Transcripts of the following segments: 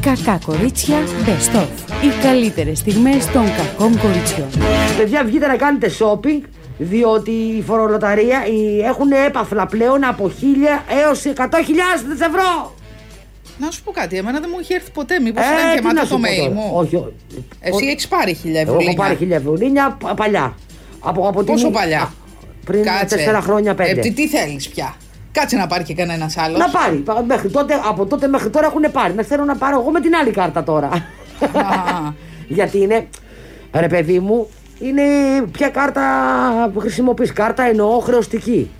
Κακά κορίτσια Best of. Οι καλύτερες στιγμές των κακών κοριτσιών. Παιδιά, βγείτε να κάνετε shopping, διότι η φορολοταρία οι- έχουν έπαθλα πλέον από 1000 έως 100.000 ευρώ. Να σου πω κάτι, εμένα δεν μου είχε έρθει ποτέ. Μήπως Ε, ήταν τι να γεμάτο σου το πω mail τώρα. μου. Όχι, όχι. Εσύ έχεις πάρει χίλια Εγώ έχω ευρώ. πάρει 1000 ευρουλίνια πα- παλιά. Από, από την- Πόσο παλιά? Α, Πριν 4 χρόνια, 5. Ε, τι- τι θέλεις πια. Κάτσε να πάρει και κανένας άλλος. Να πάρει. Πα- Μέχρι τότε, από τότε μέχρι τώρα έχουν πάρει. Να ξέρω να πάρω εγώ με την άλλη κάρτα τώρα. Α. Γιατί είναι, ρε παιδί μου, είναι ποια κάρτα χρησιμοποιείς. Κάρτα εννοώ χρεωστική.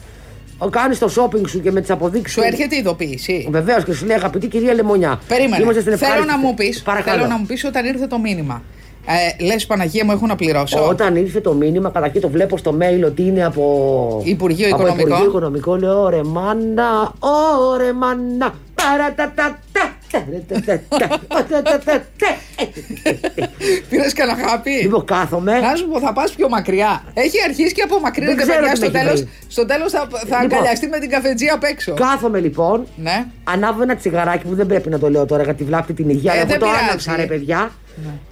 Κάνεις το shopping σου και με τις αποδείξεις Σου έρχεται η ειδοποίηση. Βεβαίως και σου λέει αγαπητή κυρία Λεμονιά. Περίμενε. Ε, Είμαστε στην Θέλω ευχάριστη- να μου πεις Παρακαλώ. θέλω να μου πεις όταν ήρθε το μήνυμα. Ε, Λες Παναγία μου, έχω να πληρώσω. Όταν ήρθε το μήνυμα, κατά εκεί το βλέπω στο mail ότι είναι από. Υπουργείο από Οικονομικών. Υπουργείο Οικονομικό. Λέω ωρε μάνα, ωρε μάνα. Παρα τα τα τα. τα, ρε, τα, τα, τα, ο, τα, τα, τα, τα. Πήρες κανένα χάπι. Λοιπόν, κάθομαι. Να σου πω, θα πας πιο μακριά. Έχει αρχίσει και απομακρύνεται, Δεν ξέρω τι παιδιά. Στο με έχει Λοιπόν, τέλο βρει. στο τέλος θα, θα αγκαλιαστεί με την καφετζή απ' έξω. Κάθομαι λοιπόν. Ναι. Ανάβω ένα τσιγαράκι που δεν πρέπει να το λέω τώρα γιατί βλάπτει την υγεία. Ε, Εγώ δεν το πειράζει. άναψα, ρε παιδιά.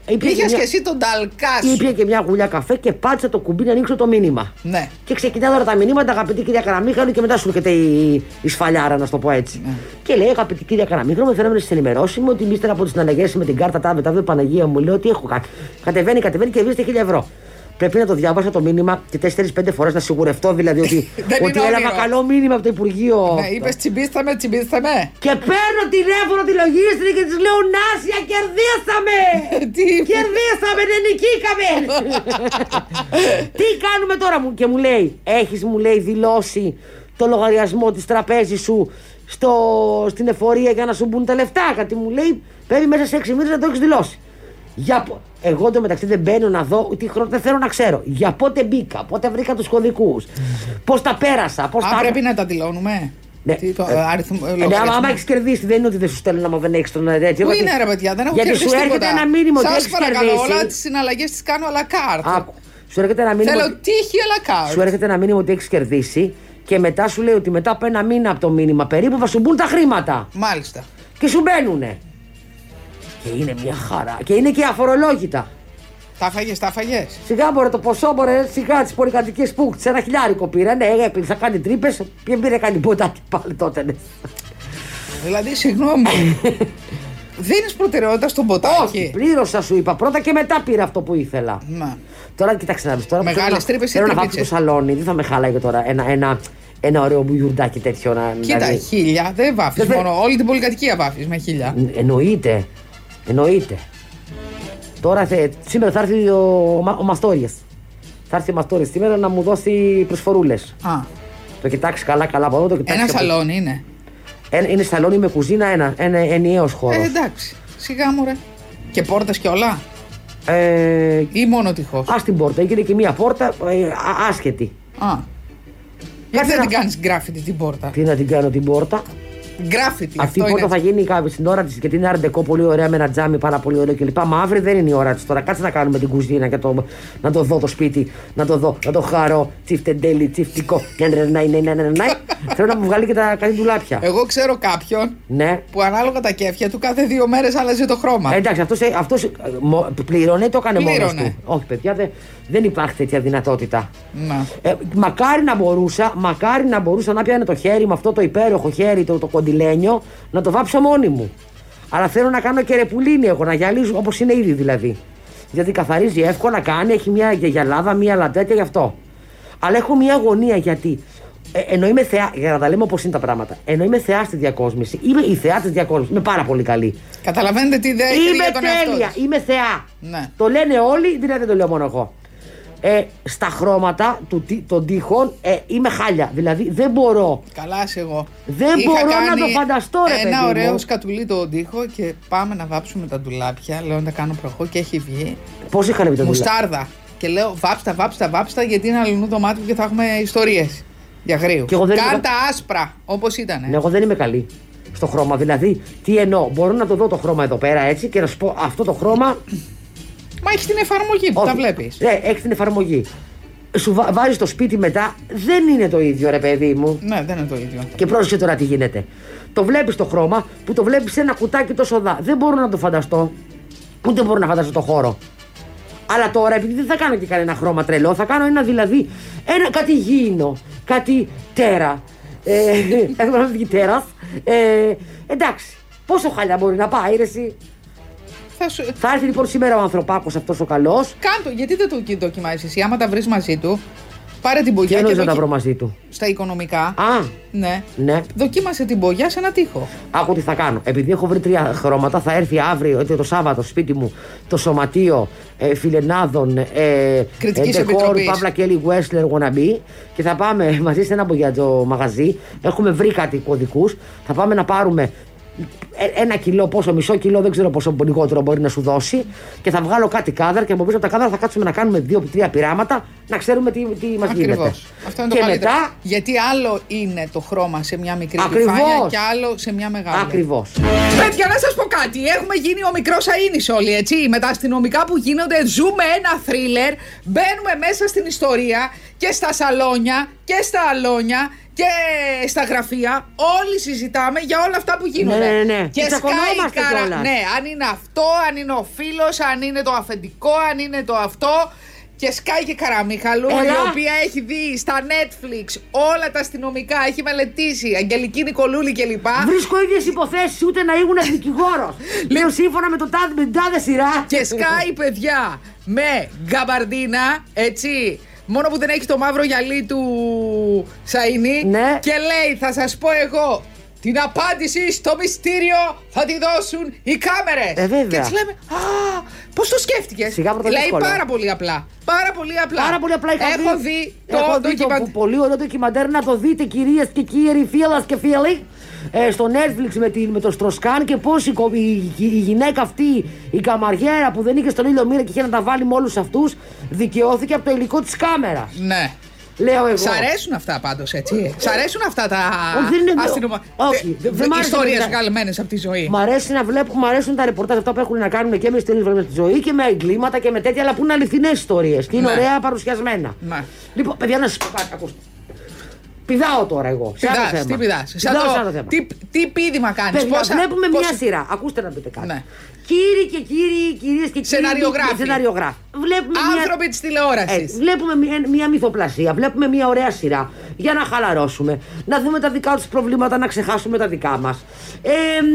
Ήπια Είχες μια- και εσύ τον ταλκάς σου. Ήπια και μια γουλιά καφέ και πάτησα το κουμπί να ανοίξω το μήνυμα. Ναι. Και ξεκινά τώρα τα μηνύματα, αγαπητή κυρία Καραμίχαλου, και μετά σου έρχεται η, η σφαλιάρα, να σου το πω έτσι. Ναι. Και λέει, αγαπητή κυρία Καραμίχαλου, με φέραμε να σα ενημερώσουμε ότι ύστερα από τις συναλλαγές με την κάρτα τάβε, τάβε, Παναγία μου, λέω ότι έχω κάτι. Κατεβαίνει, κατεβαίνει και βρίσκεται 1000 ευρώ. Πρέπει να το διάβασα το μήνυμα και 4-5 φορές να σιγουρευτώ δηλαδή ότι, Δεν ότι είναι έλαβα όνειρο. καλό μήνυμα από το Υπουργείο. Ναι, είπες τσιμπήστε με, τσιμπήστε με. Και παίρνω τηλέφωνο τη λογίστρια και της λέω Νάσια, κερδίσαμε! Ε, Τι είπε? κερδίσαμε, δεν νικήκαμε! Τι κάνουμε τώρα μου και μου λέει, έχεις μου λέει δηλώσει το λογαριασμό της τραπέζης σου στο, στην εφορία για να σου μπουν τα λεφτά. Κάτι μου λέει, πρέπει μέσα σε 6 μήνες να το έχεις δηλώσει. Για... πο- Εγώ το μεταξύ δεν μπαίνω να δω τι χρόνο δεν θέλω να ξέρω. Για πότε μπήκα, πότε βρήκα τους κωδικούς, πώς τα πέρασα, πώς Ναι, Αν τα. πρέπει να τα δηλώνουμε. Ναι. Τι, το, Ε, αριθμ- ε, Ναι, λογαριασμό. άμα έχεις κερδίσει, δεν είναι ότι δεν σου στέλνουν άμα δεν έχεις τον ε, τέτοιο. Πού γιατί- είναι ρε παιδιά, δεν έχω Γιατί κερδίσει σου έρχεται τίποτα. ένα μήνυμα ότι Σας έχεις παρακαλώ, όλα τις κερδίσει. συναλλαγές τις κάνω αλλά κάρτα. Άκου. Σου έρχεται ένα μήνυμα. Θέλω ότι- τύχη αλλά Σου κάρτα. έρχεται ένα μήνυμα ότι έχεις κερδίσει και μετά σου λέει ότι μετά από ένα μήνα από το μήνυμα περίπου θα σου μπουν τα χρήματα. Μάλιστα. Και σου μπαίνουνε. Και είναι μια χαρά. Και είναι και αφορολόγητα. Τα φαγε, τα φαγε. Σιγά μπορεί το ποσό, μπορεί σιγά τις πολυκατοικίες που χτίσε ένα χιλιάρικο πήρα. Ναι, έκλεισα, κάνει τρύπες. Και πήρε κάνει ποτάκι πάλι τότε. ναι. Δηλαδή, συγγνώμη. Δίνεις προτεραιότητα στον ποτάκι. Πλήρωσα, σου είπα πρώτα και μετά πήρα αυτό που ήθελα. Να. Τώρα κοίταξε να δεις. Τώρα που Μεγάλες θέλω να- τρύπες ή Θέλω να πάω τρύπιτσες? στο σαλόνι, δεν θα με χάλαγε τώρα ένα, ένα, ένα ωραίο μπουλιουρντάκι τέτοιο να. Κοίτα, δηλαδή. χίλια δεν βάφεις. Δεν θε- Μόνο όλη την πολυκατοικία βάφεις με χίλια. Εννοείται. Εννοείται. Τώρα θε- σήμερα θα έρθει ο, ο, Μα- ο Μαστόριας. Θα έρθει ο Μαστόριας σήμερα να μου δώσει προσφορούλες. Α, Το κοιτάξεις καλά, καλά από εδώ. Ναι. Το κοιτάξεις ένα από- σαλόνι είναι. Ε, είναι σαλόνι με κουζίνα, ένα, ένα ενιαίος χώρο. Ε, εντάξει, σιγά μου ρε. Και πόρτες και όλα. Ε, Ή μόνο τυχώς. ας την πόρτα. Έγινε και μία πόρτα ε, α- άσχετη. Α. Γιατί δεν να- την κάνεις γκράφιτι την πόρτα. Τι να την κάνω την πόρτα. Γκράφιτι, Αυτή η αυτό πόρτα είναι. θα γίνει κάποια στην ώρα τη και την αρντεκό πολύ ωραία με ένα τζάμι πάρα πολύ ωραίο κλπ. Μα αύριο δεν είναι η ώρα της τώρα. Κάτσε να κάνουμε την κουζίνα και το, να το δω το σπίτι, να το δω, να το χαρώ. Τσιφτεντέλι, τσιφτικό. Ναι, ναι, ναι, ναι, ναι, ναι, ναι. Θέλω να μου βγάλει και τα καλή δουλάπια. Εγώ ξέρω κάποιον ναι. που ανάλογα τα κέφια του κάθε δύο μέρες άλλαζε το χρώμα. Ε, εντάξει, αυτός, ε, αυτός ε, μο- πλήρωνε, το έκανε μόνος Πλήρωνε. του. Όχι, παιδιά, δεν, δεν υπάρχει τέτοια δυνατότητα. Να. Ε, μακάρι να μπορούσα, μακάρι να μπορούσα να πιάνε το χέρι μου αυτό το υπέροχο χέρι, το, το κοντιλένιο, να το βάψω μόνη μου. Αλλά θέλω να κάνω και ρεπουλίνη εγώ, να γυαλίζω όπως είναι ήδη δηλαδή. Γιατί καθαρίζει εύκολα, κάνει, έχει μια γυαλάδα, μια λαντέτια γι' αυτό. Αλλά έχω μια αγωνία γιατί. Ε, ενώ είμαι θεά, για να τα λέμε όπως είναι τα πράγματα. Ενώ είμαι θεά στη διακόσμηση, είμαι η θεά της διακόσμησης. Είμαι πάρα πολύ καλή. Καταλαβαίνετε τι ιδέα έχει Είμαι για τον εαυτό τέλεια, της. είμαι θεά. Ναι. Το λένε όλοι, δηλαδή δεν το λέω μόνο εγώ. Ε, στα χρώματα του, τι- των τείχων ε, είμαι χάλια. Δηλαδή δεν μπορώ. Καλά σε εγώ. Δεν μπορώ να κάνει το φανταστώ, ρε Ένα παιδί μου. ωραίο σκατουλί τον τοίχο και πάμε να βάψουμε τα ντουλάπια. Λέω να τα κάνω προχώ και έχει βγει. Πώς είχαν πει το δηλαδή. δουλειά. Μουστάρδα. Και λέω βάψτα, βάψτα, βάψτα γιατί είναι αλλού το μάτι μου και θα έχουμε ιστορίες. Για γρήγορα. Κι εγώ δεν Κάντα είμαι- άσπρα όπως ήταν. Ναι, εγώ δεν είμαι καλή στο χρώμα. Δηλαδή, τι εννοώ, μπορώ να το δω το χρώμα εδώ πέρα έτσι και να σου πω αυτό το χρώμα. Μα έχεις την εφαρμογή που τα όχι. βλέπεις. Ναι, έχεις την εφαρμογή. σου βα- βάζεις στο σπίτι μετά, δεν είναι το ίδιο ρε παιδί μου. Ναι, δεν είναι το ίδιο. Και πρόσεξε τώρα τι γίνεται. Το βλέπεις το χρώμα που το βλέπεις σε ένα κουτάκι τόσο δά. Δεν μπορώ να το φανταστώ. Ούτε μπορώ να φανταστώ το χώρο. Αλλά τώρα, επειδή δεν θα κάνω και κανένα χρώμα τρελό, θα κάνω ένα δηλαδή. Ένα, κάτι γήινο. Κάτι τέρα. Ε, Έχω να βγει τέρα. Ε, εντάξει. Πόσο χαλιά μπορεί να πάει, ρε, εσύ. Θα σου... Θα έρθει λοιπόν σήμερα ο ανθρωπάκος αυτός ο καλός. Κάντο, γιατί δεν το δοκιμάζεις εσύ. Άμα τα βρεις μαζί του, πάρε την Και μπογιά και, εννοεί να τα δοκι- βρω μαζί του. στα οικονομικά. Α, Ναι. ναι. Δοκίμασε την μπογιά σε ένα τοίχο. Άκου τι θα κάνω. Επειδή έχω βρει τρία χρώματα, θα έρθει αύριο, είτε το Σάββατο, σπίτι μου, το Σωματείο ε, Φιλενάδων ε, Κριτικής Επιτροπής. Παύλα Κέλλη Wessler Wannabe και θα πάμε μαζί σε ένα μπογιατζο μαγαζί. Έχουμε βρει κάτι κωδικούς. Θα πάμε να πάρουμε ε, ένα κιλό, πόσο, μισό κιλό, δεν ξέρω πόσο λιγότερο μπορεί να σου δώσει και θα βγάλω κάτι κάδρα και από πίσω από τα κάδρα θα κάτσουμε να κάνουμε δύο-τρία πειράματα να ξέρουμε τι, τι μας Ακριβώ. γίνεται. Αυτό είναι το και καλύτερο. μετά, Γιατί άλλο είναι το χρώμα σε μια μικρή Ακριβώς. επιφάνεια και άλλο σε μια μεγάλη. ακριβώς. Παιδιά, να σας πω κάτι. Έχουμε γίνει ο μικρός Αίνη όλοι, έτσι. Με τα αστυνομικά που γίνονται, ζούμε ένα θρίλερ. Μπαίνουμε μέσα στην ιστορία και στα σαλόνια και στα αλόνια και στα γραφεία. Όλοι συζητάμε για όλα αυτά που γίνονται. Ναι, ναι, ναι. Και Και σκάει η τσακωνόμαστε καρα... κιόλας. Ναι, αν είναι αυτό, αν είναι ο φίλος, αν είναι το αφεντικό, αν είναι το αυτό. Και σκάει και Καραμίχαλου, Έλα. η οποία έχει δει στα Netflix όλα τα αστυνομικά, έχει μελετήσει, Αγγελική Νικολούλη κλπ. Βρίσκω ίδιες υποθέσεις ούτε να ήμουν δικηγόρο. Λέω σύμφωνα με, το τάδε, με την τάδε σειρά. Και σκάει παιδιά με γκαμπαρντίνα, έτσι. Μόνο που δεν έχει το μαύρο γυαλί του Σαΐνη. Ναι. Και λέει, θα σας πω εγώ, την απάντηση στο μυστήριο θα τη δώσουν οι κάμερες. Ε, βέβαια. Και έτσι λέμε, α, πώς το σκέφτηκες. Σιγά πρώτα Λέει δύσκολο. πάρα πολύ απλά. Πάρα πολύ απλά. Πάρα πολύ απλά είχα Έχω δει το έχω δει ντοκιμαντέρ. που- πολύ ωραίο ντοκιμαντέρ να το δείτε κυρίες και κύριοι, φίλες και φίλοι. Ε, στο Netflix με, την, με τον Στροσκάν και πώς η, κο- η, η γυναίκα αυτή, η καμαριέρα που δεν είχε στον ήλιο μοίρα και είχε να τα βάλει με όλους αυτούς, δικαιώθηκε από το υλικό της κάμερας. Ναι. Λέω εγώ. Σ' αρέσουν αυτά πάντως, έτσι. Σ' αρέσουν αυτά τα Όχι, δεν είναι- αστυνομα... Όχι, Τε- δεν- δεν μ' άρεσε ιστορίες εμένα. βγαλμένες από τη ζωή. Μ' αρέσει να βλέπω, μ' αρέσουν τα ρεπορτάζ αυτά που έχουν να κάνουν και με ιστορίε με τη ζωή και με εγκλήματα και με τέτοια, αλλά που είναι αληθινές ιστορίες και είναι Ναι. ωραία παρουσιασμένα. Ναι. Λοιπόν, παιδιά, να σας πω κάτι, ακούστε. Πηδάω τώρα εγώ. Σε άλλο Πηδάς, θέμα. τι πηδάς. Σαν Πηδάω το- σε άλλο θέμα. Τι, τι πήδημα κάνεις. Παιδιά, πόσα- βλέπουμε πόσα- μια σειρά. Ακούστε να πείτε κάτι. Ναι. Κύριοι και κύριοι, κυρίες και κύριοι. Σεναριογράφοι. σεναριογράφοι. Βλέπουμε μια... Άνθρωποι της Ε, τηλεόρασης. βλέπουμε μια, μια μυθοπλασία, βλέπουμε μια ωραία σειρά για να χαλαρώσουμε, να δούμε τα δικά τους προβλήματα, να ξεχάσουμε τα δικά μας. Ε,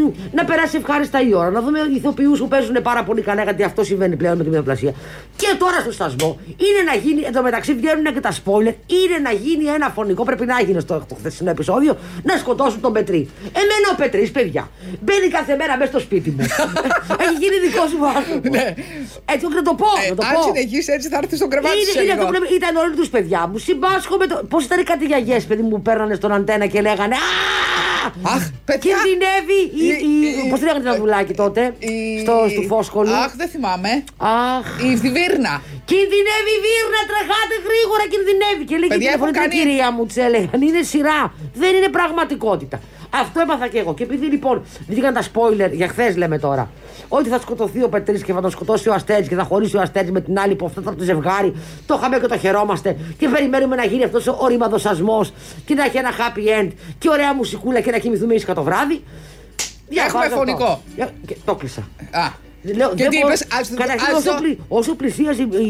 μ, να περάσει ευχάριστα η ώρα, να δούμε ηθοποιούς που παίζουν πάρα πολύ καλά, γιατί αυτό συμβαίνει πλέον με τη μυθοπλασία. Και τώρα στο στασμό είναι να γίνει, εν τω μεταξύ βγαίνουν και τα spoiler, είναι να γίνει ένα φωνικό, πρέπει να έγινε στο το χθεσινό επεισόδιο, να σκοτώσουν τον Πετρί. Εμένα ο Πετρί, παιδιά, μπαίνει κάθε μέρα μέσα στο σπίτι μου. Έχει γίνει δικό σου άνθρωπο. Ναι. Έτσι, όχι να το πω. Ε, να το αν πω. συνεχίσει έτσι θα έρθει στο κρεβάτι Είναι- σε είναι λίγο. αυτό που λέμε, ήταν όλοι τους παιδιά μου. Συμπάσχω με το. Πώς ήταν κάτι γιαγιέ, παιδί μου, που παίρνανε στον αντένα και λέγανε Α! Αχ, παιδιά. Κινδυνεύει Η- η- η. Πώ τη λέγανε το δουλάκι τότε, Η- στο, στο φόσκολο. Αχ, δεν θυμάμαι. Αχ. Η Βίρνα. Κινδυνεύει η Βίρνα, τρεχάτε γρήγορα, κινδυνεύει. Και λέει και Παιδιά, τηλεφωνεί έχω την κάνει- κυρία μου, της έλεγαν. Είναι σειρά, δεν είναι πραγματικότητα. Αυτό έπαθα και εγώ. Και επειδή λοιπόν βγήκαν τα spoiler για χθες, λέμε τώρα, ότι θα σκοτωθεί ο Πετρής και θα τον σκοτώσει ο Αστέρι και θα χωρίσει ο Αστέρι με την άλλη που αυτό θα το ζευγάρι, το είχαμε και το χαιρόμαστε. Και περιμένουμε να γίνει αυτός ο ρημαδοσασμό και να έχει ένα happy end και ωραία μουσικούλα και να κοιμηθούμε ήσυχα το βράδυ. Διαβάζω αυτό. φωνικό. Για- και- Το κλείσα. Α. Λέω, Και δεν τι μπορώ- είπες, ας- Καταρχήν, ας όσο, το- πλη- όσο πλησίαζε η,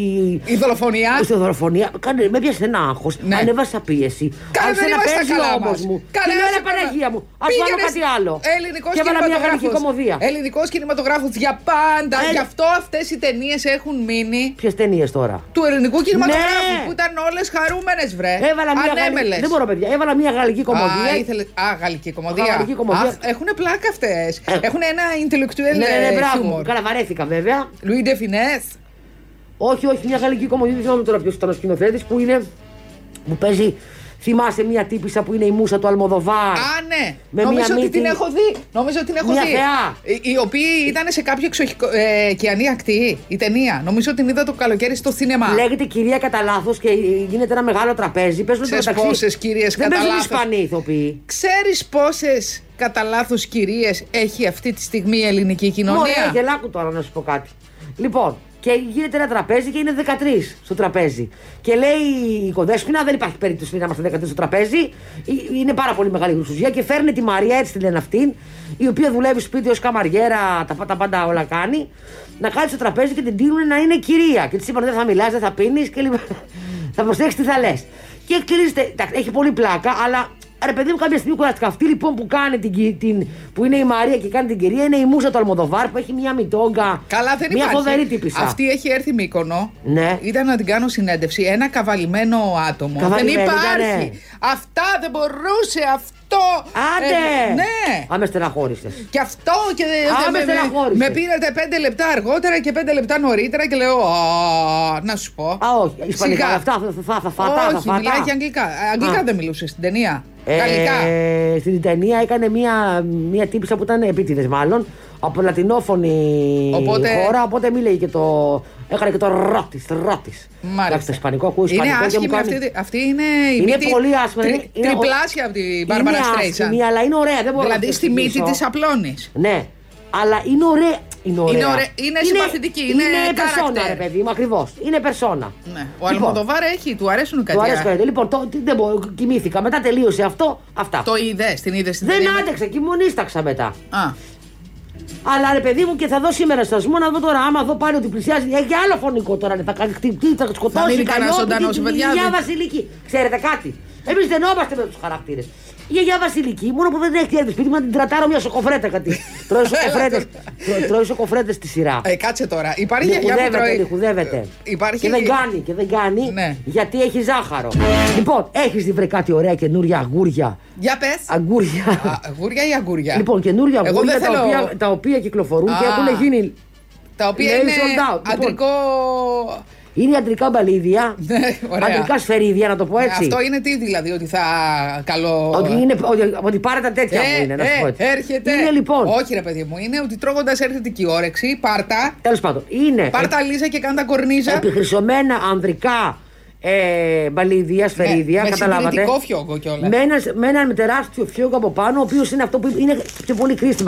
Η δολοφονία. στη δολοφονία. Κάνε, με πιάσε ένα άγχος. Ναι. Ανέβασα πίεση. Καλά, Άρχισε δεν να είμαστε παίζει καλά ο όμως μας. μου. Καλά, και λέω δεν ρε είμαστε καλά. Παναγία μου. Ας Πήγαινε βάλω κάτι σ- άλλο. Ελληνικός και έβαλα μια γαλλική κινηματογράφος. Ε. κομμωδία. Ελληνικός κινηματογράφος για πάντα. Ε. Γι' αυτό αυτές οι ταινίες έχουν μείνει Ποιες ταινίες τώρα. του ελληνικού κινηματογράφου Ναι. που ήταν όλες χαρούμενες βρε. Έβαλα μια Ε, Ανέμελες. γαλλική. Δεν μπορώ, παιδιά. Έβαλα μια γαλλική Α, κομμωδία. ήθελε... Α, γαλλική κομμωδία. Γαλλική κομμωδία. έχουν πλάκα αυτές. Ε. Έχουν ένα intellectual Ναι, ναι, ε, ναι, μπράβο. humor. Καλά, βαρέθηκα βέβαια. Λουί Ντεφινέ. Όχι, όχι, μια γαλλική κομμωδία. Δεν θυμάμαι τώρα ποιος ήταν ο σκηνοθέτης που είναι. που παίζει. Θυμάσαι μια τύπησα που είναι η μουσα του Αλμοδοβάρ. Α, ναι. Με Νομίζω μια ότι μύτη- την έχω δει. Νομίζω ότι την έχω Μια δει. θεά. Οι- Οι οποίοι ήταν σε κάποιο εξοχικό. Ε, κιανή ακτή, η ταινία. Νομίζω ότι την είδα το καλοκαίρι στο σινεμά. Λέγεται κυρία κατά λάθος και γίνεται ένα μεγάλο τραπέζι. Παίζουν Ξέρεις μεταξύ- πόσες κυρίες Δεν κατά παίζουν λάθος. Ισπανοί ηθοποιοί. Ξέρεις πόσες κατά λάθος κυρίες έχει αυτή τη στιγμή η ελληνική κοινωνία. Ωραία, γελάκου τώρα να σου πω κάτι. Λοιπόν, Και γίνεται ένα τραπέζι και είναι 13 στο τραπέζι. Και λέει η κοντέσπινα: Δεν υπάρχει περίπτωση να είμαστε 13 στο τραπέζι. Ε, Είναι πάρα πολύ μεγάλη γλουσουζία. Και φέρνει τη Μαρία, έτσι τη λένε αυτήν, η οποία δουλεύει σπίτι ως καμαριέρα, τα, τα πάντα όλα κάνει. Να κάτσει στο τραπέζι και την τίνουν να είναι κυρία. Και της είπαν: Δεν θα μιλάς, δεν θα πίνεις και λοιπά. θα προσέχει τι θα λες. Και κλείστε. Έχει πολύ πλάκα, αλλά ρε παιδί μου, κάποια στιγμή κουράστηκα. Αυτή λοιπόν που, κάνει την, την, που είναι η Μαρία και κάνει την κυρία είναι η Μούσα του Αλμοδοβάρ που έχει μια μητόγκα. Καλά, δεν μια υπάρχει. φοβερή τύπησα. Αυτή έχει έρθει Μύκονο. Ναι. Ήταν να την κάνω συνέντευξη. Ένα καβαλημένο άτομο. Καβαλημένο, δεν υπάρχει. ήταν, ναι. Αυτά δεν μπορούσε αυτό. Άντε! Ε, ναι. Α, με στεναχώρησες. Και αυτό και δε- Α, δε- με στεναχώρησες. με πήρατε πέντε λεπτά αργότερα και πέντε λεπτά νωρίτερα και λέω «Α, να σου πω. Α, όχι. Ισπανικά. Σιγά. Αυτά θα, θα, θα, θα φατά. θα Όχι, φατά. μιλάει και αγγλικά. Ε, Αγγλικά Α. δεν μιλούσε στην ταινία. Ε, Γαλλικά. στην ταινία έκανε μια, μια τύπησα που ήταν επίτηδες, μάλλον. Από λατινόφωνη Οπότε- χώρα, οπότε μη λέει και το. Έκανε και το ρο τη. Ρο τη. Μάλιστα. το ισπανικό ακούω. Είναι Ισπανικό και μου άσχημη κάνει- αυτή. Αυτή είναι η Είναι μύτη πολύ άσχημη, τρι- είναι- είναι ο- τριπλάσια από την Μπάρμπαρα Είναι Στρέιτσαν. άσχημη, αλλά είναι ωραία. Δεν μπορώ να Δηλαδή το στη μύτη εξηγήσω. της απλώνεις. Ναι, αλλά είναι ωραία. Είναι, ωραία. Είναι ωραία- είναι συμπαθητική, είναι περσόνα, character. ρε παιδί μου, ακριβώς. Είναι περσόνα. Ναι. Ο Αλμοδοβάρ έχει, του αρέσουν κάτι. Το αρέσει Λοιπόν. κάτι. Λοιπόν, το, τι- δεν μπορώ, κοιμήθηκα. Μετά τελείωσε αυτό. Αυτά. Το είδες, την είδες στην Δεν ταινία. άντεξα, κοιμονίσταξα μετά. Α, Αλλά ρε παιδί μου και θα δω σήμερα σταθμό να δω τώρα. Άμα δω πάλι ότι πλησιάζει. Έχει άλλο φωνικό τώρα. ρε, Θα κάνει χτυπτή, θα σκοτώσει. μείνει θα κανένας λιώσει, ζωντανός, την- η παιδιά την Γιαγιά δεν- Βασιλική. Ξέρετε κάτι. Εμείς δεν όμαστε με τους χαρακτήρες. Η γιαγιά Βασιλική, μόνο που δεν έχει έρθει σπίτι μου, να την τρατάρω μια σοκοφρέτα κάτι. Τρώει σοκοφρέτες- τρώ- Τρώει σοκοφρέτες στη σειρά. ε, κάτσε τώρα. Υπάρχει Ναι, γιαγιά που χουδεύεται, τρώει. Ε, ναι, χουδεύεται. Υπάρχει. Και δεν κάνει, και δεν κάνει, Ναι. γιατί έχει ζάχαρο. Λοιπόν, έχεις δει βρε κάτι ωραία καινούρια αγούρια. Για πες. Αγκούρια. Αγούρια ή αγκούρια. Λοιπόν, καινούρια Εγώ αγγούρια δεν θέλω. τα, οποία, τα οποία κυκλοφορούν και Α. έχουν γίνει. Τα οποία Λέει είναι sold out. Λοιπόν. αντρικό. Είναι αντρικά μπαλίδια. Ναι, ωραία. Ναι, Αντρικά σφαιρίδια, να το πω έτσι. Αυτό είναι τι δηλαδή, ότι θα καλό. Ότι, είναι, ότι, ότι πάρε τα τέτοια μου είναι, να σου πω ε, έτσι. έρχεται. Είναι λοιπόν. Όχι, ρε παιδί μου, είναι ότι τρώγοντας έρχεται και η όρεξη. Πάρτα. Τέλος πάντων, είναι ε, Πάρτα λίζα και κάντα κορνίζα. επιχρυσωμένα ανδρικά ε, μπαλίδια, σφαιρίδια. Ναι, με καταλάβατε. συντηρητικό φιόγκο κιόλας. Με, ένας, με έναν με τεράστιο φιόγκο από πάνω, ο οποίος είναι αυτό που είναι πιο πολύ κρίστη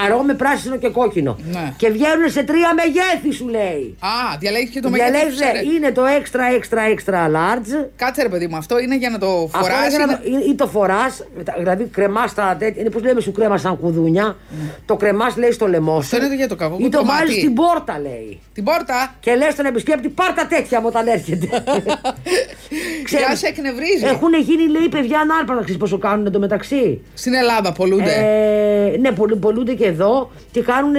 Καρό με πράσινο και κόκκινο. Ναι. Και βγαίνουν σε τρία μεγέθη, σου λέει. Α, διαλέγεις και το μέγεθο. Διαλέγεις, λέει, είναι το extra, extra, extra large. Κάτσε ρε παιδί μου, αυτό είναι για να το Αυτό φοράς είναι για να είναι- το- ή- ή το φοράς, δηλαδή κρεμάς τα τέτοια. Είναι πώς λέμε σου κρέμας σαν κουδούνια. Το κρεμάς λέει στο λαιμό σου. Αυτό είναι το Ναι. για το κακό Ή το κομμάτι. βάζεις στην πόρτα λέει. Την πόρτα. Και λες στον επισκέπτη, πάρ τα τέτοια μου όταν έρχεται. Για να σε εκνευρίζει. Έχουν γίνει λέει παιδιά ανάρπα να ξέρεις πόσο κάνουν εντωμεταξύ. Στην Ελλάδα πολλούνται. Ε, ναι, πολλού- πολλούνται και εδώ και κάνουν.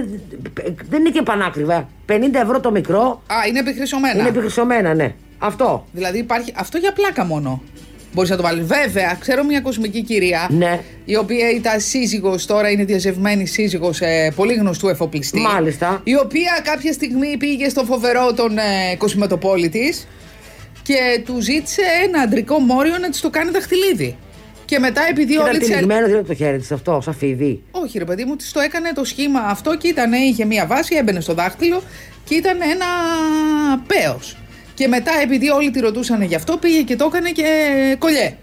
Δεν είναι και πανάκριβα. 50 ευρώ το μικρό Α, είναι επιχρυσωμένα. είναι επιχρυσωμένα, ναι. Αυτό. Δηλαδή υπάρχει. Αυτό για πλάκα μόνο. Μπορείς να το βάλεις. Βέβαια, ξέρω μια κοσμική κυρία. Ναι. Η οποία ήταν σύζυγος, τώρα είναι διαζευμένη σύζυγος ε, πολύ γνωστού εφοπλιστή. Μάλιστα. Η οποία κάποια στιγμή πήγε στο φοβερό τον ε, κοσμηματοπόλη της και του ζήτησε ένα αντρικό μόριο να της το κάνει δαχτυλίδι. Και μετά επειδή Ήταν όλοι τη τυλιγμένο, δεν είναι το χέρι της αυτό, σαφίδι. Όχι, ρε παιδί μου, της το έκανε το σχήμα αυτό και ήταν, είχε μία βάση, έμπαινε στο δάχτυλο και ήταν ένα παίο. Και μετά, επειδή όλοι τη ρωτούσαν γι' αυτό, πήγε και το έκανε και κολλιέ.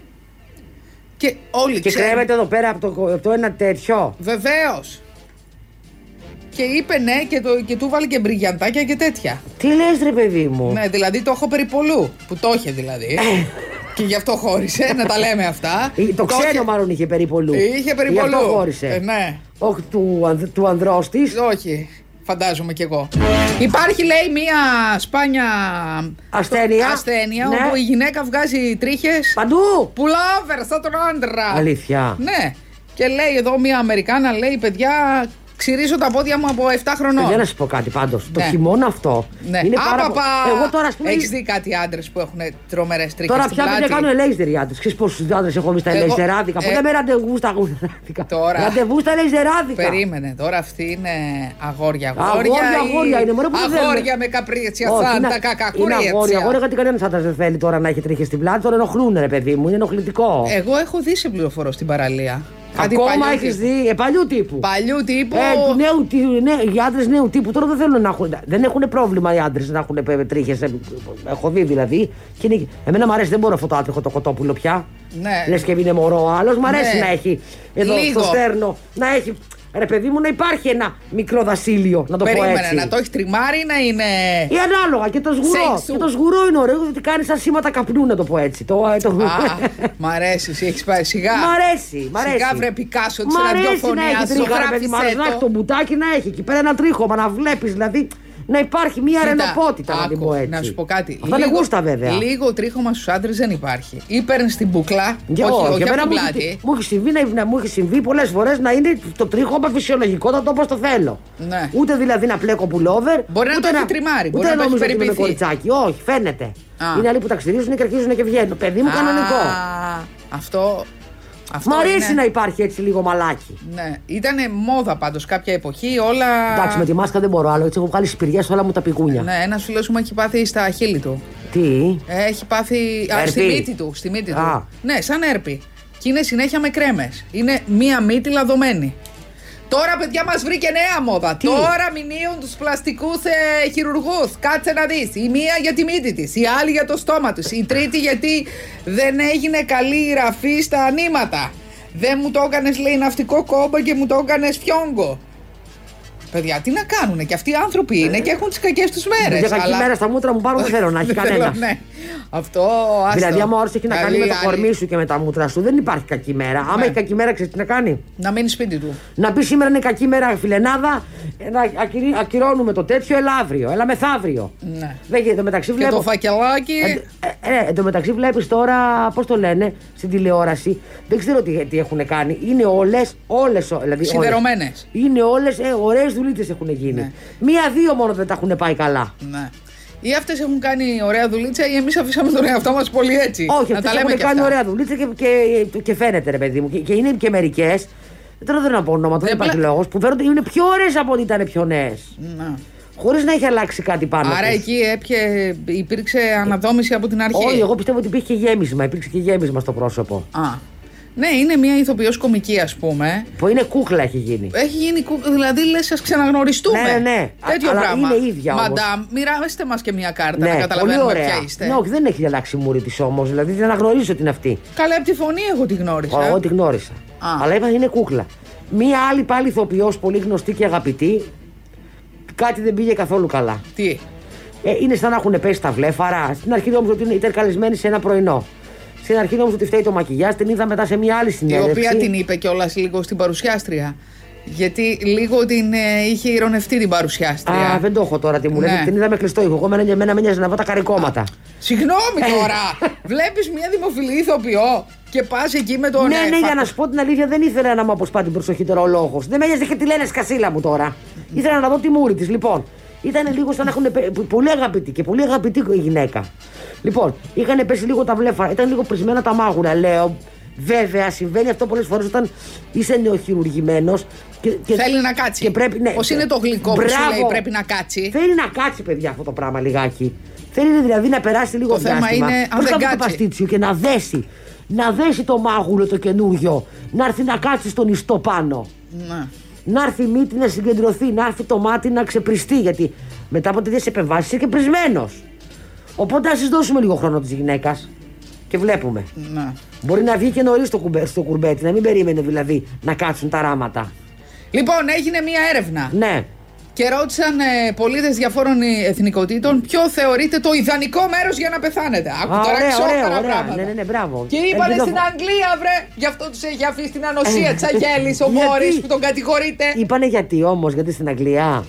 Και όλοι Και κρέμεται εδώ πέρα από το, από το ένα τέτοιο. Βεβαίως. Και είπε ναι και, το, και του βάλε και μπριγιαντάκια και τέτοια. Τι λες, ρε παιδί μου. Ναι, δηλαδή το έχω περί πολλού. Που το είχε δηλαδή. και γι' αυτό χώρισε, να τα λέμε αυτά. Ε, Το ξένο είχε- μάλλον είχε περί πολλού. Είχε περί Γι' αυτό πολλού. χώρισε. Ε, ναι. Όχι του, ανδ- του ανδρός της. Όχι, φαντάζομαι κι εγώ. Υπάρχει, λέει, μία σπάνια Ασθένεια. ασθένεια Ναι. όπου η γυναίκα βγάζει τρίχες. Παντού. Πουλάβερ, σαν τον άντρα. Αλήθεια. Ναι. Και λέει εδώ μία Αμερικάνα, λέει, παιδιά, ξυρίζω τα πόδια μου από 7 χρονών. Δεν να σου πω κάτι πάντως. Το Ναι. χειμώνα αυτό Ναι. Ε, είναι πάρα Άπαπα! πο- Εγώ τώρα ας πούμε. Έχεις δει κάτι άντρες που έχουν τρομερέ τρίχε. Τώρα πια δεν κάνω ελέγχτερη οι άντρες. Ξέρεις πόσους άντρες έχω βρει στα Εγώ- ελέγχτεράδικα. Που ε, δεν με ραντεβού στα γουναράδικα. Τώρα. Ραντεβού στα ελέγχτεράδικα. Περίμενε, τώρα αυτή είναι αγόρια. Αγόρια, Αγόρια, ή- αγόρια είναι, μωρέ, που δεν Αγόρια θέλουμε. με καπρίτσια, Όχι, σάντα, είναι- Είναι κακακούριτσια. αγόρια, αγόρια, γιατί κανένας άντρας δεν θέλει τώρα να έχει τρίχες στην πλάτη. Τον ενοχλούν, ρε παιδί μου, είναι ενοχλητικό. Εγώ έχω δει σε πληροφορώ στην παραλία. Κάτι Ακόμα παλιού έχει τύπου. δει. Ε, παλιού τύπου. Παλιού τύπου. Ε, του νέου, τι- ναι, οι άντρες νέου τύπου τώρα δεν θέλουν να έχουν. Δεν έχουν πρόβλημα οι άντρες να έχουν τρίχες. ε, Έχω δει δηλαδή. Και είναι- εμένα μου αρέσει, δεν μπορώ αυτό το άτριχο το κοτόπουλο πια. Ναι. Λες και είναι μωρό ο άλλος. Μ' αρέσει Ναι. να έχει εδώ Λίγο. στο στέρνο να έχει. Ρε παιδί μου, να υπάρχει ένα μικρό δασίλειο, να το πω Περίμενε έτσι. να το έχεις τριμάρει να είναι. Ή ανάλογα και το σγουρό. Σεξου. Και το σγουρό είναι ωραίο, γιατί κάνει σαν σήματα καπνού, να το πω έτσι. Το, ε, το... Α, μ' αρέσει, εσύ έχεις πάει σιγά. Μ' αρέσει, μ' αρέσει. Σιγά βρε Πικάσο τη Μ' αρέσει να ραδιοφωνία έχει σου. τρίχα, ρε παιδί μου. Γράφεις Να έχει το μπουτάκι να έχει εκεί πέρα ένα τρίχωμα, να βλέπεις δηλαδή να υπάρχει μια ρενοπότητα, να την πω έτσι. Να σου πω κάτι. Αυτά είναι γούστα βέβαια. Λίγο τρίχωμα στους άντρες δεν υπάρχει. Ή παίρνεις την μπουκλά. Για- όχι, για όχι, από μένα την μου, πλάτη. έχει, μου έχει συμβεί, να, να- μου έχει συμβεί πολλές φορές να είναι το τρίχωμα φυσιολογικότατο όπω το θέλω. Ναι. Ούτε δηλαδή να πλέκω πουλόβερ. Μπορεί να ούτε το έχει τριμάρει, μπορεί Ούτε να το έχει νομίζω ότι είμαι με περιποιηθεί. κοριτσάκι. Όχι, φαίνεται. Α. Είναι άλλοι που ταξιδίζουν και αρχίζουν και βγαίνουν. Παιδί μου, κανονικό. Α, Αυτό. αυτό Μ' αρέσει είναι- να υπάρχει έτσι λίγο μαλάκι. Ναι, ήταν μόδα πάντως κάποια εποχή όλα. Εντάξει, με τη μάσκα δεν μπορώ άλλο. Έτσι έχω βγάλει σπηριέ όλα μου τα πικούνια. Ναι, Ε, ένας φίλος μου έχει πάθει στα χείλη του. Τι. Έχει πάθει. Α, Έρπη. στη μύτη του. Στη μύτη του. Α. Ναι, σαν έρπη. Και είναι συνέχεια με κρέμες. Είναι μία μύτη λαδωμένη. Τώρα, παιδιά, μας βρήκε νέα μόδα. Τι? Τώρα μηνύουν τους πλαστικούς ε, χειρουργούς. Κάτσε να δεις. Η μία για τη μύτη της, η άλλη για το στόμα τους, η τρίτη γιατί δεν έγινε καλή η ραφή στα ανήματα. Δεν μου το έκανες, λέει, ναυτικό κόμπο και μου το έκανες φιόγκο. Παιδιά, τι να κάνουνε και αυτοί οι άνθρωποι είναι και έχουν τις κακές τους μέρες. Για Ε. κακή μέρα στα μούτρα μου πάρω δεν θέλω να έχει Δεν θέλω, κανένα. ναι. Αυτό άστο. Δηλαδή, άμα όρεσε έχει να κάνει με το Καλή, κορμί άλλη. σου και με τα μούτρα σου, δεν υπάρχει κακή μέρα. Άμα Ναι. έχει κακή μέρα, ξέρεις τι να κάνει. Να μείνει σπίτι του. Να πει σήμερα είναι κακή μέρα, φιλενάδα. ε, Να ακυρι- ακυρώνουμε το τέτοιο, έλα αύριο, έλα μεθαύριο. Ναι. Δεν γίνεται. Εν τω μεταξύ Και βλέπω. το φακελάκι. Ε, ε, ε, εν τω μεταξύ βλέπεις τώρα, πώς το λένε, στην τηλεόραση. Δεν ξέρω τι, τι έχουν κάνει. Είναι όλες, όλες. Δηλαδή, Σιδερωμένες. όλες. Είναι όλες, ε, ωραίες δουλίτσε έχουν γίνει. Ναι. Μία-δύο μόνο δεν τα έχουν πάει καλά. Ναι. Ή αυτές έχουν κάνει ωραία δουλίτσα ή εμείς αφήσαμε τον εαυτό μας πολύ έτσι. Όχι, Ε, να αυτές τα λέμε έχουν και κάνει αυτά. ωραία δουλίτσα και, και, και φαίνεται, ρε παιδί μου. Και, και είναι και μερικές. Τώρα δεν να πω ονόματα, δεν Δεν υπάρχει πλα- λόγος. Που φαίνονται είναι πιο ωραίες από ό,τι ήταν πιο νέες. Ναι. Χωρίς να έχει αλλάξει κάτι πάνω. Άρα τους. εκεί έπιε, υπήρξε αναδόμηση από την αρχή. Όχι, εγώ πιστεύω ότι υπήρχε και γέμισμα. Υπήρξε και γέμισμα στο πρόσωπο. Α. Ναι, είναι μια ηθοποιός κομική, ας πούμε. Που είναι κούκλα έχει γίνει. Έχει γίνει, κου- δηλαδή λες, σα ξαναγνωριστούμε. Ναι, ναι, ναι. Τέτοιο Αλλά πράγμα. είναι ίδια όμως. Μαντάμ, μοιράστε μας και μια κάρτα να καταλαβαίνουμε ποια είστε. Ναι, όχι, δεν έχει αλλάξει η μούρη της όμως. Δηλαδή δεν αναγνωρίζω την αυτή. Καλά, από τη φωνή εγώ τη γνώρισα. Εγώ τη γνώρισα. Α. Αλλά είπα είναι κούκλα. Μία άλλη πάλι ηθοποιός πολύ γνωστή και αγαπητή. Κάτι δεν πήγε καθόλου καλά. Τι. Ε, είναι σαν να έχουν πέσει τα βλέφαρα. Στην αρχή νόμιζα ότι είναι- ήταν καλεσμένη σε ένα πρωινό. Στην αρχή νόμιζα ότι φταίει το μακιγιά, την είδα μετά σε μια άλλη Η συνέντευξη. οποία την είπε κιόλας λίγο στην παρουσιάστρια. Γιατί λίγο την ε, είχε ηρωνευτεί την παρουσιάστρια. Α, δεν το έχω τώρα τι μου Ναι. λέει. Την είδα με κλειστό ήχο. Εγώ μένα- για μένα με νοιάζει να δω τα καρικόματα. Συγγνώμη Ε. τώρα! Βλέπεις μια δημοφιλή ηθοποιό και πας εκεί με τον. ναι, ναι, ε, φα- για να σου πω την αλήθεια, δεν ήθελα να μου αποσπά την προσοχή τώρα ο λόγος. Δεν με νοιάζει και τη λένε σκασίλα μου τώρα. Ήθελα να δω τη μούρη της, λοιπόν. Ήταν λίγο σαν να έχουν. πέ- π- Πολύ αγαπητή και πολύ αγαπητή η γυναίκα. Λοιπόν, είχαν πέσει λίγο τα βλέφαρα, ήταν λίγο πρισμένα τα μάγουλα, λέω. Βέβαια, συμβαίνει αυτό πολλές φορές όταν είσαι νεοχειρουργημένος. Και, και, Θέλει να κάτσει. Και πρέπει, ναι, Πώς είναι το γλυκό που σου Μπράβο. λέει πρέπει να κάτσει. Θέλει να κάτσει, παιδιά, αυτό το πράγμα λιγάκι. Θέλει δηλαδή να περάσει λίγο Το θέμα διάστημα. είναι αν Πώς δεν κάνει το κάτσει. παστίτσιο και να δέσει. Να δέσει το μάγουλο το καινούριο. Να έρθει να κάτσει στον ιστό πάνω. Ναι. Να έρθει η μύτη να συγκεντρωθεί. Να έρθει το μάτι να ξεπριστεί. Γιατί μετά από τέτοιες επεμβάσεις είσαι και πρισμένο. Οπότε ας δώσουμε λίγο χρόνο της γυναίκας. Και βλέπουμε. ναι. Μπορεί να βγει και νωρίς στο, κουμπέ- στο κουρμπέτι. Να μην περίμενε δηλαδή να κάτσουν τα ράματα. Λοιπόν, έγινε μια έρευνα Ναι. και ρώτησαν ε, πολίτες διαφόρων ε, εθνικοτήτων ποιο θεωρείται το ιδανικό μέρος για να πεθάνετε. Άκου Α, τώρα ωραία, ξόφαρα ωραία, ωραία. πράγματα. Ναι, ναι, ναι, μπράβο. Και είπανε Ελπίζω- στην Αγγλία, βρε! Γι' αυτό τους έχει αφήσει την ανοσία Τσαγέλη Ε, ο Γιατί? Μόρις που τον κατηγορείται. Είπανε γιατί όμως, γιατί στην Αγγλία.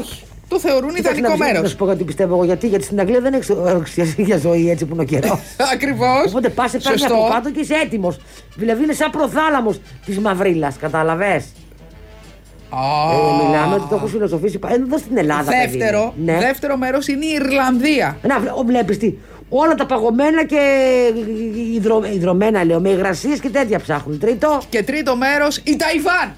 Όχι. Το θεωρούν Κοίταξε ιδανικό να- Να μέρος. σου πω κάτι πιστεύω εγώ. Γιατί, γιατί στην Αγγλία δεν έχεις όρεξη για ζωή έτσι που είναι ο καιρός. Ακριβώς. Οπότε πας σε παίρνει από κάτω και είσαι έτοιμος. Δηλαδή είναι σαν προθάλαμος της μαυρίλας, κατάλαβες. Ε, μιλάμε ότι το έχω φιλοσοφήσει. πα- Εδώ στην Ελλάδα. παιδί μου. Δεύτερο, Ναι. δεύτερο μέρος είναι η Ιρλανδία. Να βλέπεις τι. Όλα τα παγωμένα και υδρο, υδρωμένα λέω. Με υγρασίες και τέτοια ψάχνουν. Τρίτο. Και τρίτο μέρος η Ταϊβάν.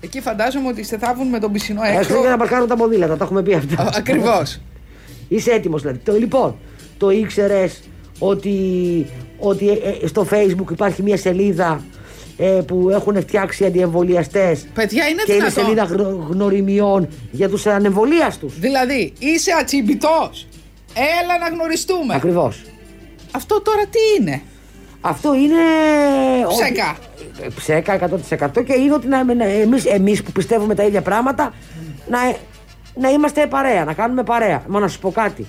Εκεί φαντάζομαι ότι στεθάβουν με τον πισινό Έξω για έξω. να παρκάρουν τα ποδήλατα. Τα έχουμε πει αυτά. Ακριβώς. Είσαι έτοιμος δηλαδή. Το, λοιπόν, το ήξερες ότι, ότι ε, ε, στο facebook υπάρχει μια σελίδα ε, που έχουν φτιάξει αντιεμβολιαστές. Παιδιά είναι Και είναι σελίδα δυνατόν. γνω, γνωριμιών για τους ανεμβολίαστου. Δηλαδή, είσαι ατσιμπητό. Έλα να γνωριστούμε. Ακριβώς. Αυτό τώρα τι είναι. Αυτό είναι. Ψέκα. ότι- ε, ψέκα 100% και είναι ότι να, να- εμείς, εμείς που πιστεύουμε τα ίδια πράγματα να, ε, να είμαστε παρέα, να κάνουμε παρέα. Μα να σου πω κάτι.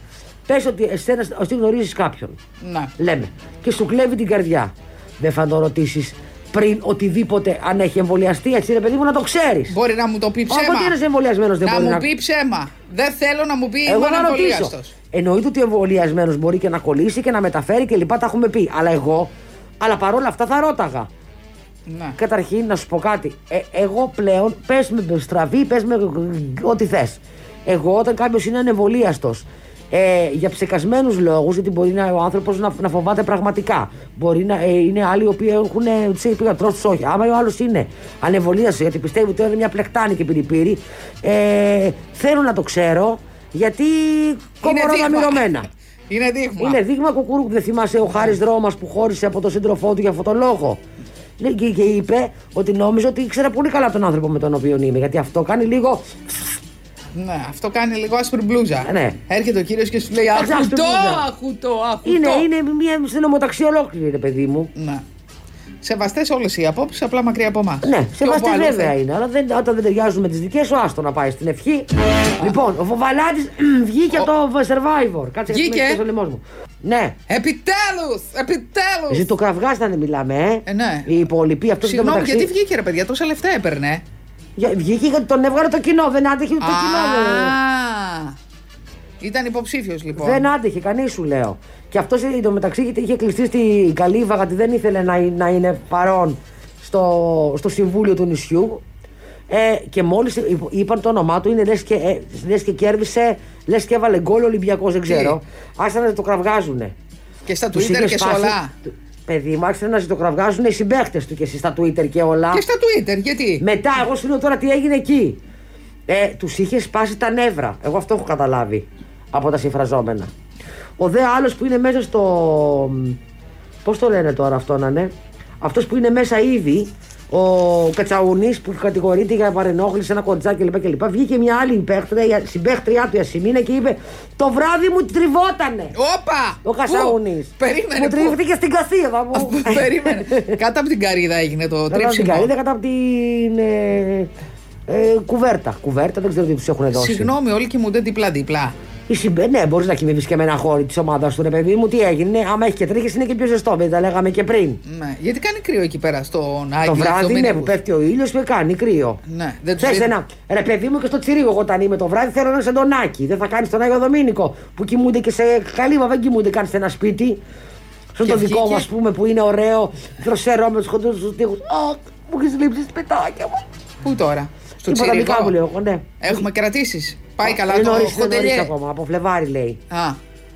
Πες ότι εσένα, ότι γνωρίζεις κάποιον. Ναι. Λέμε. Και σου κλέβει την καρδιά. Δεν θα τον ρωτήσεις πριν οτιδήποτε αν έχει εμβολιαστεί, έτσι ρε παιδί μου, να το ξέρεις. Μπορεί να μου το πει ψέμα. Όποτε είναι εμβολιασμένος δεν να μπορεί μου να. πει ψέμα. Δεν θέλω να μου πει Εγώ είμαι να ρωτήσω. αναβολίαστος. Εννοείται ότι ο εμβολιασμένος μπορεί και να κολλήσει και να μεταφέρει και λοιπά, τα έχουμε πει. Αλλά εγώ, αλλά παρόλα αυτά θα ρώταγα. Ναι. Καταρχήν να σου πω κάτι. Ε, εγώ πλέον, πες με στραβή, πες με ό,τι θες. Εγώ όταν κάποιος είναι ανεβολίαστο ε, για ψεκασμένους λόγους, γιατί μπορεί να, ο άνθρωπος να, να φοβάται πραγματικά. Μπορεί να ε, είναι άλλοι οι οποίοι έχουν ε, τους έχει πει γιατρό του όχι. Άμα ο άλλος είναι ανεβολίαστο γιατί πιστεύει ότι είναι μια πλεκτάνη και πυρηπύρη, ε, θέλω να το ξέρω γιατί κομμωρώ τα δείγμα. μυρωμένα. Είναι δείγμα. Είναι δείγμα κουκούρου που δεν θυμάσαι ο Χάρης Δρόμας που χώρισε από τον σύντροφό του για αυτόν τον λόγο. Ναι, Και, και είπε ότι νόμιζε ότι ήξερα πολύ καλά τον άνθρωπο με τον οποίο είμαι. Γιατί αυτό κάνει λίγο. Ναι, αυτό κάνει λίγο άσπρη μπλούζα. Ναι. Έρχεται ο κύριος και σου λέει Εντάξει, άσπρη Αχουτό, μπλούζα. αχουτό, αχουτό. Είναι, είναι μια συνομοταξία ολόκληρη, ρε παιδί μου. Ναι. Σεβαστές όλες οι απόψεις, απλά μακριά από εμάς. Ναι, σεβαστή βέβαια είναι, αλλά δεν, όταν δεν ταιριάζουν με τις δικές σου, άστο να πάει στην ευχή. λοιπόν, ο Βοβαλάτη βγήκε από το survivor. Κάτσε γιατί Βγήκε. με έχεις στο λαιμός μου. Ναι, Επιτέλους! Επιτέλους! ζητοκραυγάς ήταν, μιλάμε, ε. Ε, ναι. Οι υπόλοιποι, αυτός Συγγνώμη, γιατί βγήκε ρε παιδιά, τόσα λεφτά έπαιρνε. Βγήκε γιατί τον έβγαλε το κοινό, δεν άντεχε ούτε το κοινό. ε. δεν- Α, Ήταν υποψήφιος λοιπόν. Δεν άντεχε, κανείς σου λέω. Και αυτός εντωμεταξύ είχε, είχε κλειστεί στην Καλύβα γιατί δεν ήθελε να, ε- να είναι παρόν στο, στο συμβούλιο του νησιού. Ε, και μόλις είπαν το όνομά του, είναι λες και, ε, λες και κέρδισε, λες και έβαλε γκολ Ολυμπιακός, δεν ξέρω. Άρχισαν να το κραυγάζουνε. Και στα Τους Twitter είχε και σε σπάσει- όλα. του- Παιδί μου, άρχισαν να το κραυγάζουν οι συμπαίχτες του και εσύ στα Twitter και όλα. Και στα Twitter, γιατί. Μετά, εγώ σου λέω τώρα τι έγινε εκεί. Ε, τους είχε σπάσει τα νεύρα. Εγώ αυτό έχω καταλάβει από τα συμφραζόμενα. Ο δε άλλος που είναι μέσα στο. Πώς το λένε τώρα αυτό να είναι. Αυτός που είναι μέσα ήδη, ο Κατσαουνής που κατηγορείται για παρενόχληση, ένα κοντζάκι κλπ. κλπ. Βγήκε μια άλλη παίχτρια, η συμπαίχτριά του η Ασημίνα και είπε: Το βράδυ μου τριβότανε. Όπα! Ο Πού? Κατσαουνής. Περίμενε. Μου πού? τρίβηκε στην καθίδα μου. Περίμενε. Κάτω από την καρύδα έγινε το Κατά από την τρίψιμο. καρύδα, κατά από την. ε, ε, κουβέρτα. Κουβέρτα, δεν ξέρω τι τους έχουν δώσει. Συγγνώμη, όλοι κοιμούνται διπλά-διπλά. Η συμπε- Ναι, μπορείς να κοιμηθείς και με ένα χώρι της ομάδας του, ρε παιδί μου. Τι έγινε, Ναι, άμα έχει και τρίχες είναι και πιο ζεστό. Δεν τα λέγαμε και πριν. Ναι. Γιατί κάνει κρύο εκεί πέρα στον το Άγγελο. βράδυ, ναι, Δομήνικους. που πέφτει ο ήλιος και κάνει κρύο. Ναι, δεν τους Θες δίνει. ένα. Ρε παιδί μου και στο τσιρίγο, εγώ όταν είμαι το βράδυ θέλω να είσαι ντονάκι. Δεν θα κάνεις τον Άγιο Δομήνικο που κοιμούνται και σε καλύβα, δεν κοιμούνται καν σε ένα σπίτι. Σαν Και το δικό βγήκε- μου, ας πούμε, που είναι ωραίο, δροσερό με τους χοντρούς τους τείχους. Αχ, μου έχεις λείψει πετάκια μου. Πού τώρα, στο Τίποτα Τσιρικό. δικά μου λέω εγώ, ναι. Έχουμε κρατήσεις. Πάει καλά Είναι το νωρίς, είναι νωρίς χοντελιέ. ακόμα, από Φλεβάρι λέει. Α,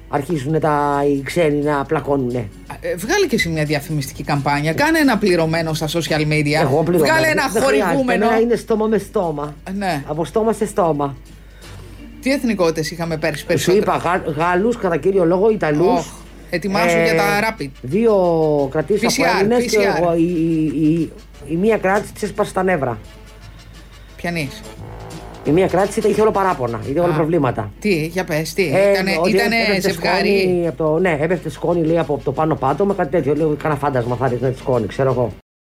Αρχίζουν τα, οι ξένοι να πλακώνουν. ναι. ε, βγάλε και εσύ μια διαφημιστική καμπάνια. Κάνε ένα πληρωμένο στα social media. Εγώ πληρώμαι. Βγάλε ένα Δεν χρειάζεται. χορηγούμενο. Εμένα είναι στόμα με στόμα. Ναι. Από στόμα σε στόμα. Τι εθνικότητες είχαμε πέρσι Σου περισσότερο. είπα Γα- Γάλλους, κατά κύριο λόγο Ιταλούς. Οχ, ετοιμάσου Ε, για τα rapid. Δύο κρατήσεις από PCR, Έλληνες και PCR. εγώ- η, η- η- η μία κράτηση της έσπασε τα νεύρα. Πιανής. Η μία κράτηση τα είχε όλο παράπονα, είχε όλο προβλήματα. Τι, για πες, τι. Ε, ήτανε ότι ήτανε έπεφτε ζευγάρι. σκόνη από το, ναι, έπεφτε σκόνη λέει από το πάνω πάτωμα, κάτι τέτοιο. Λέω, κάνα φάντασμα θα ρίχνει τη σκόνη, ξέρω εγώ.